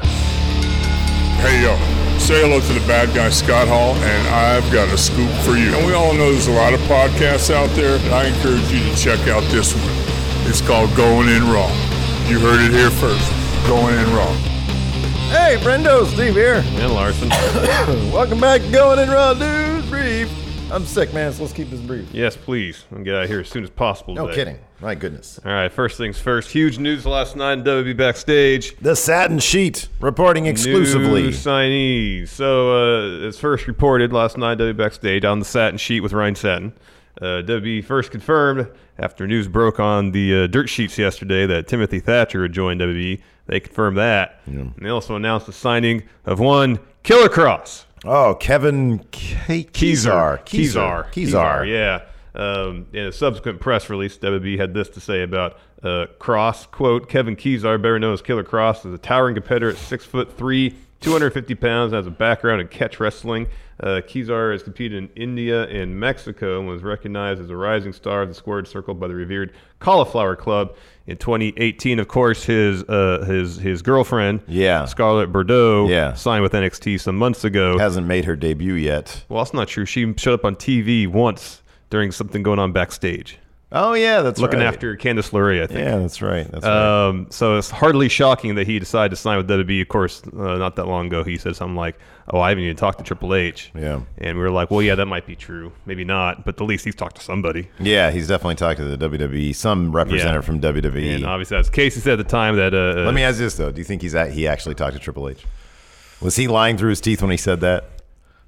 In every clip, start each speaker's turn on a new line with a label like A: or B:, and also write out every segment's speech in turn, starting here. A: Hey yo, say hello to the bad guy Scott Hall, and I've got a scoop for you. And we all know there's a lot of podcasts out there, and I encourage you to check out this one. It's called Going In Raw. You heard it here first. Going In Raw.
B: Hey, Brendo, Steve here.
C: And Larson.
B: Welcome back to Going In Raw News Brief. I'm sick, man, so let's keep this brief.
C: yes, please. I'll get out of here as soon as possible.
B: No
C: today.
B: kidding. My goodness.
C: All right, first things first. Huge news last night in WB Backstage.
B: The Satin Sheet, reporting
C: New
B: exclusively.
C: signees. So, uh, as first reported last night, WB Backstage on the satin sheet with Ryan Satin. Uh, WB first confirmed after news broke on the uh, dirt sheets yesterday that Timothy Thatcher had joined WB. They confirmed that. And they also announced the signing of one Killer Cross.
B: Oh, Kevin Ke- Kizar.
C: Kizar.
B: Kizar.
C: Yeah. Um, in a subsequent press release, WB had this to say about uh, Cross. Quote, Kevin Kizar, better known as Killer Cross, is a towering competitor at 6'3", 250 pounds, and has a background in catch wrestling. Uh, Kizar has competed in India and Mexico and was recognized as a rising star of the squared circle by the revered Cauliflower Club. In 2018, of course, his uh, his his girlfriend,
B: Yeah.
C: Scarlett Bordeaux,
B: Yeah.
C: signed with NXT some months ago.
B: Hasn't made her debut yet.
C: Well, that's not true. She showed up on TV once during something going on backstage,
B: Oh, yeah, that's
C: looking
B: right.
C: after Candice LeRae, I think.
B: Yeah, Uh, that's right. That's right.
C: Um, so it's hardly shocking that he decided to sign with WWE. Of course, uh, not that long ago, he said something like, "Oh, I haven't even talked to Triple H."
B: Yeah.
C: and we were like, "Well, yeah, that might be true. Maybe not, but at least he's talked to somebody."
B: Yeah, he's definitely talked to the WWE, some representative
C: Yeah.
B: from E. WWE.
C: And obviously, as Casey said at the time, that uh,
B: Let me ask this though: Do you think he's at, he actually talked to Triple H? Was he lying through his teeth when he said that?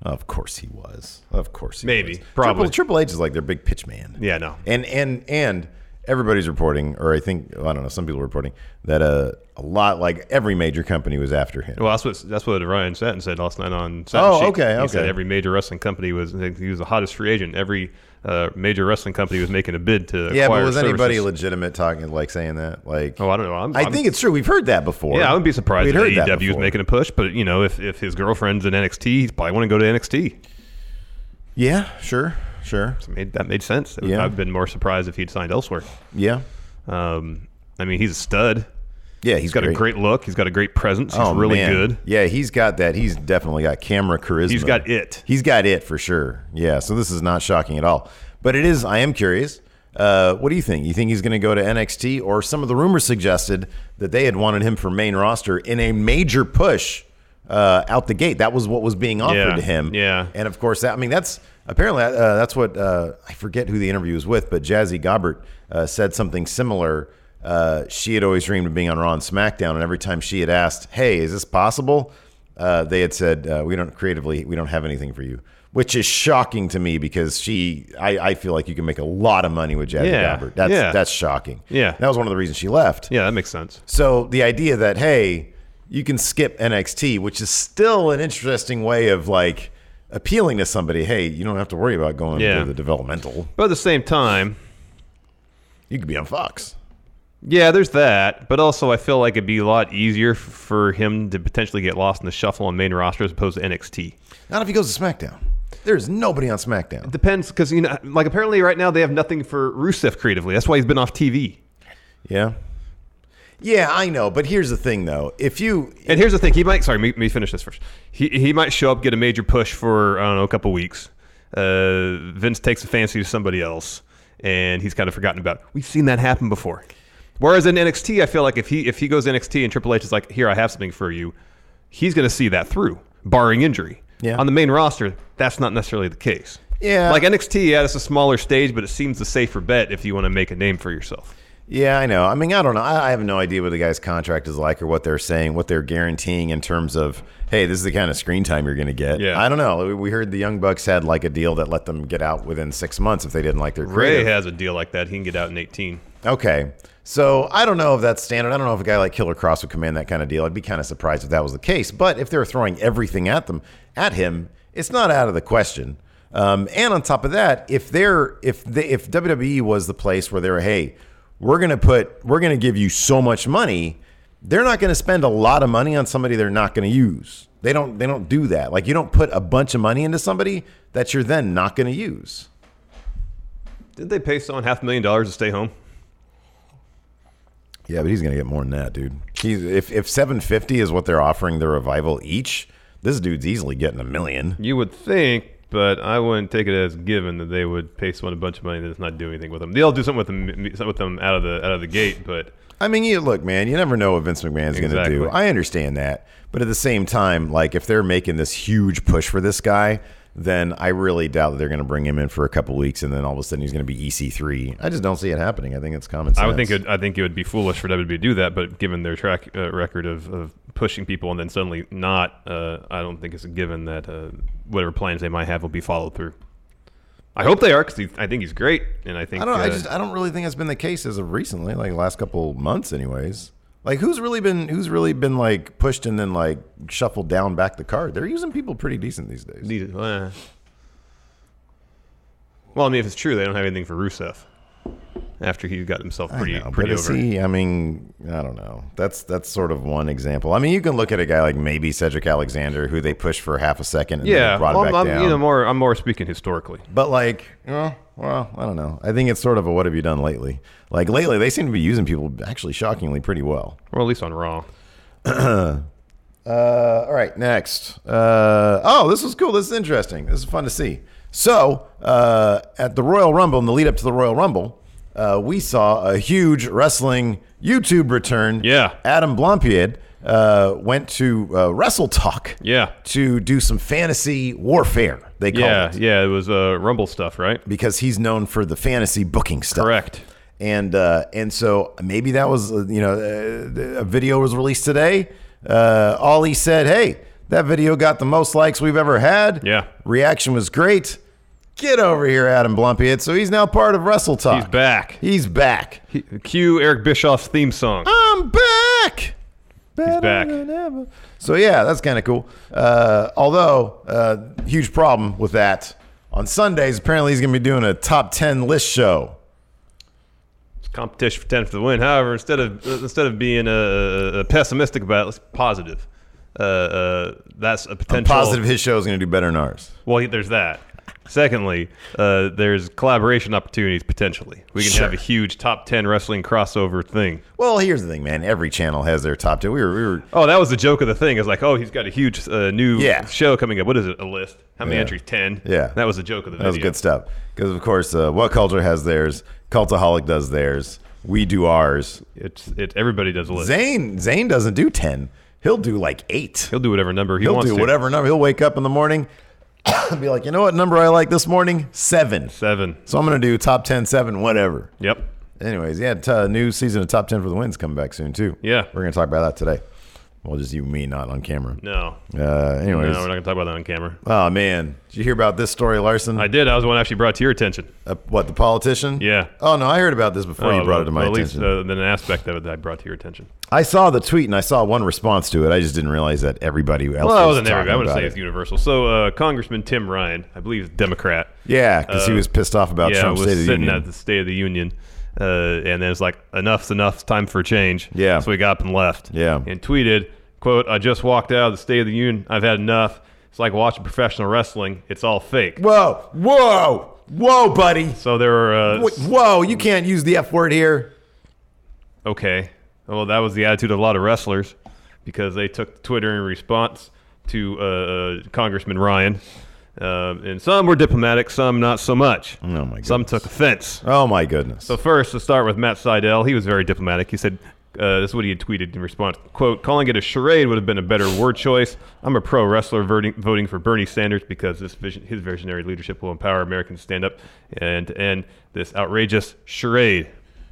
B: Of course he was. Of course he
C: Maybe.
B: was.
C: Probably.
B: Triple, Triple H is like their big pitch man.
C: Yeah, no.
B: And and and everybody's reporting, or I think I don't know, some people are reporting that uh, a lot like every major company was after him.
C: Well, that's what that's what Ryan Satin said last night on. Satin
B: Oh,
C: Sheet.
B: okay,
C: He
B: okay.
C: said every major wrestling company was he was the hottest free agent. Every uh, major wrestling company was making a bid to
B: yeah, but
C: acquire
B: was anybody
C: services.
B: legitimate talking like saying that? Like,
C: Oh, I don't know. I'm,
B: I
C: I'm-
B: think it's true. We've heard that before.
C: Yeah, I wouldn't be surprised
B: We'd
C: if
B: heard that
C: AEW was
B: before.
C: making a E push, but you know, if, if his girlfriend's in NXT, he's probably want to go to NXT.
B: Yeah, sure, sure.
C: Made, that made sense. It would-
B: Yeah.
C: I've been more surprised if he'd signed elsewhere.
B: Yeah,
C: Um, I mean, he's a stud.
B: yeah. Oh,
C: he's got a great look. He's got a great presence. He's really
B: man.
C: good.
B: Yeah, he's got that. He's definitely got camera charisma.
C: He's got it.
B: He's got it for sure. Yeah, so this is not shocking at all. But it is, I am curious. Uh, what do you think? You think he's going to go to NXT? Or some of the rumors suggested that they had wanted him for main roster in a major push uh, out the gate. That was what was being offered
C: Yeah,
B: to him.
C: yeah.
B: And of course, that, I mean, that's apparently uh, that's what uh, I forget who the interview was with, but Jazzy Gobbert uh, said something similar. Uh, she had always dreamed of being on Raw and SmackDown, and every time she had asked, "Hey, is this possible?" Uh, they had said, uh, "We don't creatively, we don't have anything for you," which is shocking to me because she, I, I feel like you can make a lot of money with Jazzy
C: Yeah,
B: Gobbert. That's
C: yeah.
B: that's shocking.
C: Yeah.
B: that was one of the reasons she left.
C: Yeah, that makes sense.
B: So the idea that hey, you can skip NXT, which is still an interesting way of like appealing to somebody. Hey, you don't have to worry about going
C: Yeah.
B: to the developmental.
C: But at the same time,
B: You could be on Fox.
C: Yeah, there's that, but also I feel like it'd be a lot easier f- for him to potentially get lost in the shuffle on main roster as opposed to NXT.
B: Not if he goes to SmackDown. There's nobody on SmackDown.
C: Depends, because you know, like apparently right now they have nothing for Rusev creatively. That's why he's been off TV.
B: Yeah. Yeah, I know, but here's the thing though. If you
C: And here's the thing: he might. Sorry, let me, let me finish this first. He he might show up, get a major push for I don't know a couple weeks. Uh, Vince takes a fancy to somebody else, and he's kind of forgotten about. it. We've seen that happen before. Whereas in NXT, I feel like if he if he goes NXT and Triple H is like, "Here, I have something for you," he's going to see that through, barring injury.
B: Yeah.
C: On the main roster, that's not necessarily the case.
B: Yeah.
C: Like NXT, yeah, it's a smaller stage, but it seems the safer bet if you want to make a name for yourself.
B: Yeah, I know. I mean, I don't know. I I have no idea what the guy's contract is like or what they're saying, what they're guaranteeing in terms of, hey, this is the kind of screen time you're going to get.
C: Yeah.
B: I don't know. We- We heard the Young Bucks had like a deal that let them get out within six months if they didn't like their
C: Ray
B: creative.
C: has a deal like that; he can get out in 18.
B: Okay. So I don't know if that's standard. I don't know if a guy like Killer Cross would command that kind of deal. I'd be kind of surprised if that was the case. But if they're throwing everything at them, at him, it's not out of the question. Um, and on top of that, if they're if they, if WWE was the place where they're hey, we're gonna put we're gonna give you so much money, they're not gonna spend a lot of money on somebody they're not gonna use. They don't they don't do that. Like you don't put a bunch of money into somebody that you're then not gonna use.
C: Did they pay someone half a million dollars to stay home?
B: Yeah, but he's gonna get more than that, dude. He's if if seven fifty is what they're offering the revival each, this dude's easily getting a million.
C: You would think, but I wouldn't take it as given that they would pay someone a bunch of money that's not doing anything with them. They'll do something with them, something with them out of the out of the gate, but
B: I mean, you look, man, you never know what Vince McMahon's gonna do.
C: Exactly.
B: I understand that, but at the same time, like if they're making this huge push for this guy, then I really doubt that they're gonna bring him in for a couple weeks, and then all of a sudden he's gonna be EC three. I just don't see it happening. I think it's common sense.
C: I would think it, I think it would be foolish for WWE to do that. But given their track uh, record of, of pushing people and then suddenly not, uh, I don't think it's a given that uh, whatever plans they might have will be followed through. I hope they are because I think he's great, and I think
B: I don't. I
C: uh,
B: just. I don't really think that's been the case as of recently, like the last couple months, anyways. Like who's really been who's really been like pushed and then like shuffled down back the card? They're using people pretty decent these days.
C: These- uh. Well, I mean, if it's true, they don't have anything for Rusev after he got himself pretty
B: I know,
C: pretty
B: but
C: over.
B: see, I mean, I don't know. That's that's sort of one example. I mean, you can look at a guy like maybe Cedric Alexander, who they pushed for half a second and
C: yeah,
B: then brought
C: well,
B: him
C: I'm,
B: back
C: I'm,
B: down.
C: you know, more I'm more speaking historically.
B: But like, you know, well, I don't know. I think it's sort of a what have you done lately? Like lately, they seem to be using people actually shockingly pretty well.
C: Or at least on Raw.
B: Uh, all right, next. Uh, oh, this was cool. This is interesting. This is fun to see. So, uh, at the Royal Rumble, in the lead up to the Royal Rumble, uh, we saw a huge wrestling YouTube return.
C: Yeah.
B: Adam Blompied uh, went to uh, Wrestle Talk
C: Yeah.
B: to do some fantasy warfare, they call
C: Yeah,
B: it.
C: yeah, it was uh, Rumble stuff, right?
B: Because he's known for the fantasy booking stuff
C: Correct.
B: and uh, and so maybe that was uh, you know uh, a video was released today. Uh, Ollie said, "Hey, that video got the most likes we've ever had.
C: Yeah.
B: reaction was great. Get over here, Adam Blumpiet. So he's now part of Wrestle Talk.
C: He's back.
B: He's back.
C: Cue Eric Bischoff's theme song.
B: I'm back. Better
C: back.
B: than ever. So yeah, that's kind of cool. Uh, although, uh, huge problem with that. On Sundays, apparently he's going to be doing a top ten list show.
C: It's competition for ten for the win. However, instead of uh, instead of being uh, uh, pessimistic about it, let's be positive. Uh, uh, that's a
B: I'm
C: potential.
B: positive his show is going to do better than ours.
C: Well, there's that. Secondly, uh, there's collaboration opportunities potentially. We can have a
B: Sure.
C: huge top ten wrestling crossover thing.
B: Well, here's the thing, man. Every channel has their top ten. We were, we were
C: Oh, that was the joke of the thing. It's like, oh, he's got a huge uh, new
B: Yeah.
C: show coming up. What is it? A list? How many
B: Yeah.
C: entries? Ten.
B: Yeah.
C: That was the joke of the
B: that
C: video.
B: was good stuff because, of course, uh, what culture has theirs, Cultaholic does theirs, we do ours.
C: It's it. Everybody does a list.
B: Zane Zane doesn't do ten. He'll do like eight.
C: He'll do whatever number he
B: He'll
C: wants
B: do
C: to.
B: whatever number. He'll wake up in the morning, and be like, you know what number I like this morning? Seven.
C: Seven.
B: So I'm gonna do top 10, seven, whatever.
C: Yep.
B: Anyways, yeah, t- uh, new season of Top Ten for the Wins coming back soon too.
C: Yeah.
B: we're gonna talk about that today. Well, just you, and me, not on camera.
C: No.
B: Uh,
C: No, we're
B: anyways,
C: not gonna talk about that on camera.
B: oh man, did you hear about this story, Larson?
C: I did. I was the one who actually brought to your attention.
B: Uh, what the politician?
C: Yeah.
B: Oh no, I heard about this before you
C: Oh,
B: brought it to my
C: at
B: attention.
C: Least, uh, then an aspect of it that I brought to your attention.
B: I saw the tweet and I saw one response to it. I just didn't realize that everybody else.
C: Well, that
B: was
C: wasn't everybody. I
B: talking
C: wouldn't
B: about
C: say it's universal. So, uh, Congressman Tim Ryan, I believe, is Democrat.
B: Yeah, because he
C: Uh,
B: was pissed off about
C: yeah,
B: Trump's
C: was
B: State of the
C: sitting
B: Union.
C: at the State of the Union, uh, and then it's like enough's enough. It's time for a change.
B: Yeah.
C: So he got up and left.
B: Yeah.
C: And tweeted, "quote I just walked out of the State of the Union. I've had enough. It's like watching professional wrestling. It's all fake."
B: whoa, whoa, whoa, buddy!
C: So there were uh,
B: Wait, Whoa, you can't use the F word here.
C: Okay. Well, that was the attitude of a lot of wrestlers because they took to Twitter in response to uh, uh, Congressman Ryan. Um, and some were diplomatic, some not so much.
B: Oh, my
C: Some
B: goodness.
C: took offense.
B: Oh my goodness.
C: So first, to start with Matt Seidel, he was very diplomatic. He said, uh, "This is what he had tweeted in response: "Quote: Calling it a charade would have been a better word choice. I'm a pro wrestler voting, voting for Bernie Sanders because this vision, his visionary leadership will empower Americans to stand up and to end this outrageous charade.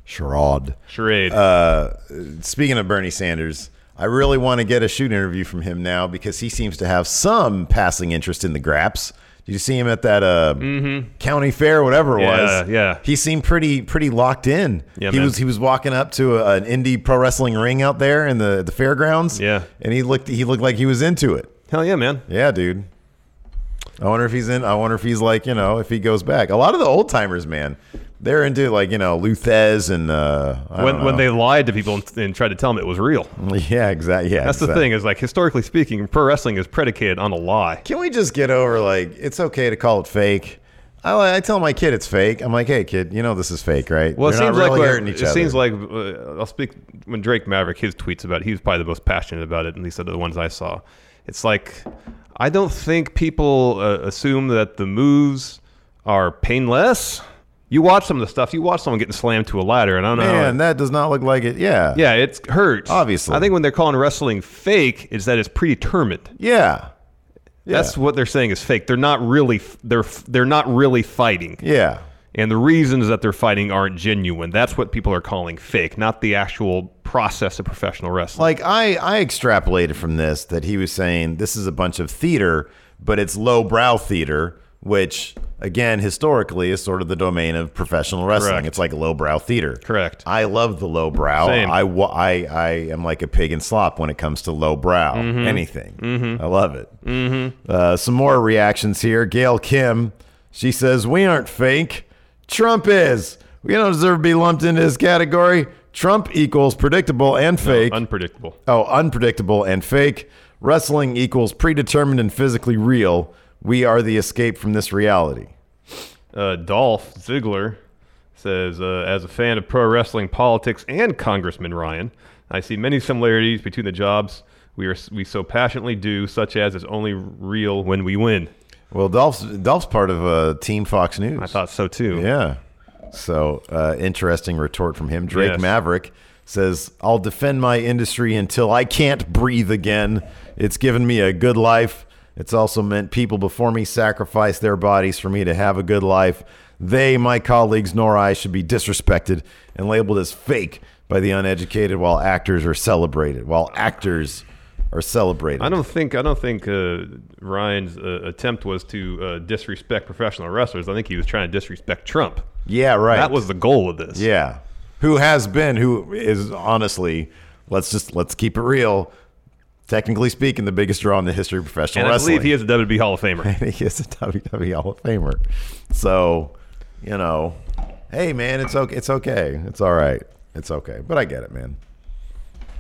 B: Sherrod.
C: Charade.
B: Uh, Speaking of Bernie Sanders, I really want to get a shoot interview from him now because he seems to have some passing interest in the Graps. Did you see him at that uh, county fair, whatever it
C: Mm-hmm. Yeah,
B: was?
C: yeah.
B: He seemed pretty pretty locked in.
C: Yeah,
B: he
C: man.
B: was he was walking up to a, an indie pro wrestling ring out there in the the fairgrounds.
C: Yeah.
B: and he looked he looked like he was into it.
C: Hell yeah, man.
B: Yeah, dude. I wonder if he's in. I wonder if he's like you know if he goes back. A lot of the old timers, man, they're into like you know Luthez and uh, I
C: When,
B: don't
C: when they
B: know.
C: lied to people and, and tried to tell them it was real.
B: yeah exactly yeah
C: That's the
B: exact-
C: thing is like historically speaking, pro wrestling is predicated on a lie.
B: Can we just get over like it's okay to call it fake? I, I tell my kid it's fake. I'm like, hey kid, you know this is fake, right?
C: Well, it
B: You're not
C: seems
B: really
C: like
B: hurting
C: what,
B: each
C: it
B: other.
C: seems like uh, I'll speak when Drake Maverick his tweets about it, he was probably the most passionate about it, and least out of the ones I saw. It's like I don't think people uh, assume that the moves are painless. You watch some of the stuff. You watch someone getting slammed to a ladder, and I don't know. how-
B: man, that does not look like it. Yeah,
C: yeah, it hurts.
B: Obviously.
C: I think when they're calling wrestling fake, is that it's predetermined.
B: yeah,
C: That's what they're saying is fake. They're not really. f- They're f- they're not really fighting.
B: yeah.
C: And the reasons that they're fighting aren't genuine. That's what people are calling fake, not the actual process of professional wrestling.
B: Like I, I extrapolated from this that he was saying this is a bunch of theater, but it's lowbrow theater, which again historically is sort of the domain of professional wrestling.
C: Correct.
B: It's like lowbrow theater.
C: Correct.
B: I love the lowbrow.
C: Same.
B: I, wa- I, I am like a pig in slop when it comes to lowbrow.
C: Mm-hmm.
B: Anything. I love it. Mm-hmm. Uh, some more reactions here. Gail Kim, she says, We aren't fake. Trump is. We don't deserve to be lumped into this category. Trump equals predictable and fake.
C: Unpredictable.
B: Oh, unpredictable and fake. Wrestling equals predetermined and physically real. We are the escape from this reality.
C: Uh, Dolph Ziggler says, uh, as a fan of pro wrestling, politics, and Congressman Ryan, I see many similarities between the jobs we are we so passionately do, such as is only real when we win.
B: Well, Dolph's Dolph's part of uh, Team Fox News.
C: I thought so too.
B: Yeah. So uh, interesting retort from him. Drake
C: Yes.
B: Maverick says, "I'll defend my industry until I can't breathe again. It's given me a good life. It's also meant people before me sacrificed their bodies for me to have a good life. They, my colleagues, nor I should be disrespected and labeled as fake by the uneducated, while actors are celebrated. While actors are celebrated.
C: I don't think I don't think uh, Ryan's uh, attempt was to uh, disrespect professional wrestlers. I think he was trying to disrespect Trump.
B: Yeah, right.
C: That was the goal of this.
B: Yeah. Who has been, who is honestly, let's just, let's keep it real. Technically speaking, the biggest draw in the history of professional
C: And I
B: wrestling.
C: believe he is a WWE Hall of Famer.
B: he is a WWE Hall of Famer. So, you know, hey man, it's okay. It's okay. It's all right. It's okay. But I get it, man.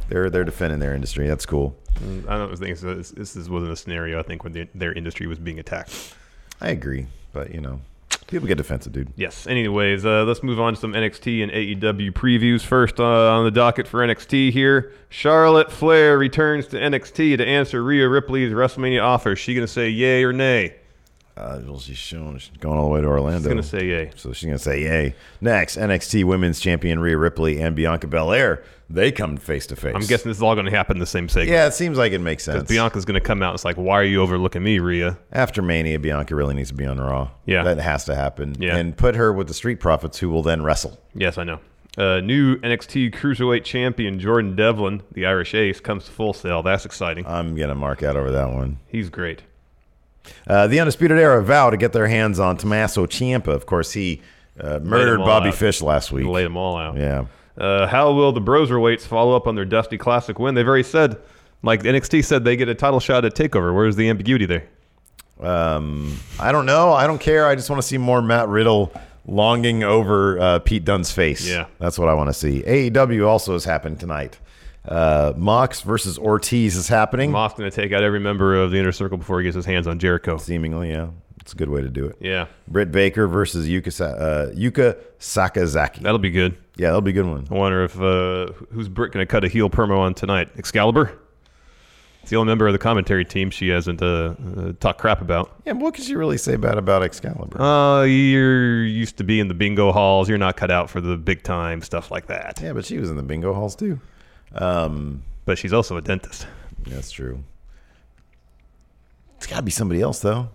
B: They're, they're defending their industry. That's cool.
C: I don't think so. this, this is- wasn't a scenario. I think when the, their industry was being attacked.
B: I agree. But, you know, people get defensive, dude.
C: Yes. Anyways, uh, let's move on to some NXT and AEW previews. First uh, on the docket for NXT here, Charlotte Flair returns to NXT to answer Rhea Ripley's WrestleMania offer. Is she gonna say yay or nay?
B: Uh, well, she's showing she's going all the way to Orlando.
C: gonna say yay.
B: So she's gonna say yay. Next, NXT Women's Champion Rhea Ripley and Bianca Belair they come face to face.
C: I'm guessing this is all gonna happen in the same segment.
B: Yeah, it seems like it makes sense.
C: Bianca's gonna come out. and It's like, why are you overlooking me, Rhea?
B: After Mania, Bianca really needs to be on Raw.
C: Yeah.
B: that has to happen.
C: Yeah.
B: and put her with the Street Profits, who will then wrestle.
C: Yes, I know. Uh, new NXT Cruiserweight Champion Jordan Devlin, the Irish Ace, comes to Full Sail. That's exciting.
B: I'm gonna mark out over that one.
C: He's great.
B: Uh, the Undisputed Era vow to get their hands on Tommaso Ciampa. Of course, he uh, murdered
C: all
B: Bobby
C: out.
B: Fish last week.
C: Laid them all out.
B: Yeah.
C: Uh, how will the Broserweights follow up on their Dusty Classic win? They've already said, like NXT said, they get a title shot at Takeover. Where's the ambiguity there?
B: Um, I don't know. I don't care. I just want to see more Matt Riddle longing over uh, Pete Dunne's face.
C: Yeah.
B: that's what I want to see. AEW also has happened tonight. Uh, Mox versus Ortiz is happening.
C: Moss going to take out every member of the Inner Circle before he gets his hands on Jericho.
B: Seemingly, yeah, it's a good way to do it.
C: Yeah,
B: Britt Baker versus Yuka Sa- uh, Yuka Sakazaki.
C: that'll be good.
B: yeah, that'll be a good one.
C: I wonder if uh, who's Britt going to cut a heel promo on tonight? Excalibur. It's the only member of the commentary team she hasn't uh, uh, talked crap about.
B: Yeah, what could you really say bad about Excalibur?
C: Uh, you're used to be in the bingo halls. You're not cut out for the big time stuff like that.
B: yeah, but she was in the bingo halls too.
C: But she's also a dentist.
B: That's true. It's got to be somebody else though.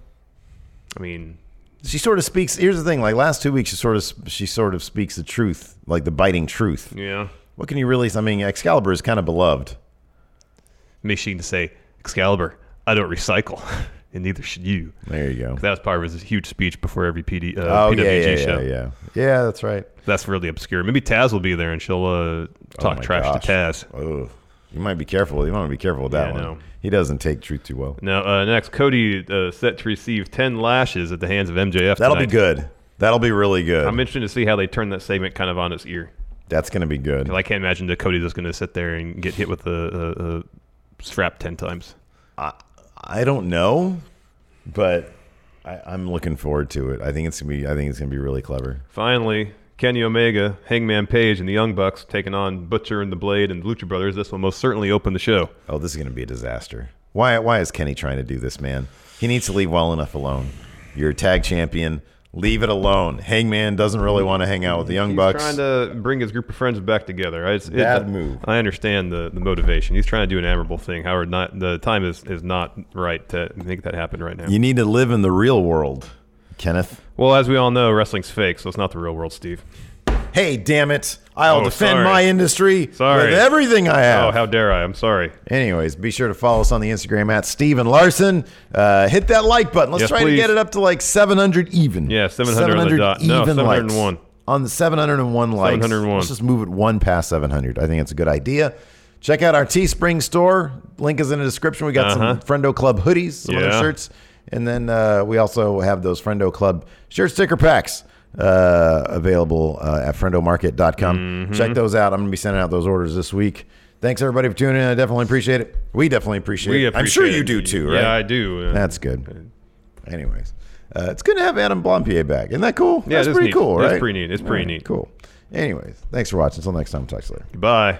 C: I mean,
B: she sort of speaks. Here's the thing: like last two weeks, she sort of she sort of speaks the truth, like the biting truth.
C: yeah.
B: What can you really? I mean, Excalibur is kind of beloved.
C: Machine to say, Excalibur, I don't recycle. and neither should you.
B: There you go.
C: That was part of his huge speech before every PD, uh,
B: Oh yeah,
C: PWG
B: yeah,
C: show.
B: yeah, yeah. Yeah, that's right.
C: That's really obscure. Maybe Taz will be there and she'll uh, talk
B: Oh my
C: trash to
B: gosh.
C: Taz.
B: Oh, you might be careful. You want to be careful with that
C: Yeah, I
B: one.
C: know.
B: He doesn't take truth too well.
C: Now, uh, next, Cody uh, set to receive 10 lashes at the hands of MJF.
B: That'll
C: tonight.
B: be good. That'll be really good.
C: I'm interested to see how they turn that segment kind of on its ear.
B: that's going to be good.
C: 'Cause I can't imagine that Cody's just going to sit there and get hit with a, a, a strap 10 times.
B: I don't know, but I, I'm looking forward to it. I think it's gonna be. I think it's gonna be really clever.
C: Finally, Kenny Omega, Hangman Page, and the Young Bucks taking on Butcher and the Blade and the Lucha Brothers. This will most certainly open the show.
B: Oh, this is gonna be a disaster. Why? Why is Kenny trying to do this, man? He needs to leave well enough alone. You're a tag champion. Leave it alone. Hangman doesn't really want to hang out with the Young
C: He's
B: Bucks.
C: trying to bring his group of friends back together. I, it's, it-
B: Bad move.
C: I understand the, the motivation. He's trying to do an admirable thing. Howard, not the time is, is not right to make that happen right now.
B: you need to live in the real world, Kenneth.
C: Well, as we all know, wrestling's fake, so it's not the real world, Steve.
B: Hey, damn it! I'll
C: Oh,
B: defend
C: sorry.
B: my industry
C: Sorry.
B: with everything I have.
C: Oh, how dare I? I'm sorry.
B: Anyways, be sure to follow us on the Instagram at Steven Larson. Uh, hit that like button. Let's
C: Yes,
B: try to
C: please.
B: get it up to like 700 even.
C: Yeah, 700 on the dot. No, 701.
B: likes. On the 701 likes.
C: 701.
B: Let's just move it one past 700. I think it's a good idea. Check out our Teespring store. Link is in the description. We got some Friendo Club hoodies, some other
C: Uh-huh. Yeah.
B: shirts. And then uh, we also have those Friendo Club shirt sticker packs uh, available uh, at friendomarket.com.
C: Mm-hmm.
B: Check those out. I'm going to be sending out those orders this week. Thanks, everybody, for tuning in. I definitely appreciate it. We definitely appreciate
C: We
B: it. I'm sure
C: appreciate
B: you do
C: it.
B: too,
C: Yeah, I
B: right?
C: do. Uh,
B: That's good. Anyways, uh, it's good to have Adam Blompier back. Isn't that cool?
C: Yeah,
B: That's
C: it is
B: pretty
C: neat.
B: cool,
C: It is
B: right?
C: pretty neat. It's
B: All
C: pretty
B: right,
C: neat.
B: Cool. Anyways, thanks for watching. Until next time, talk to you later.
C: Goodbye.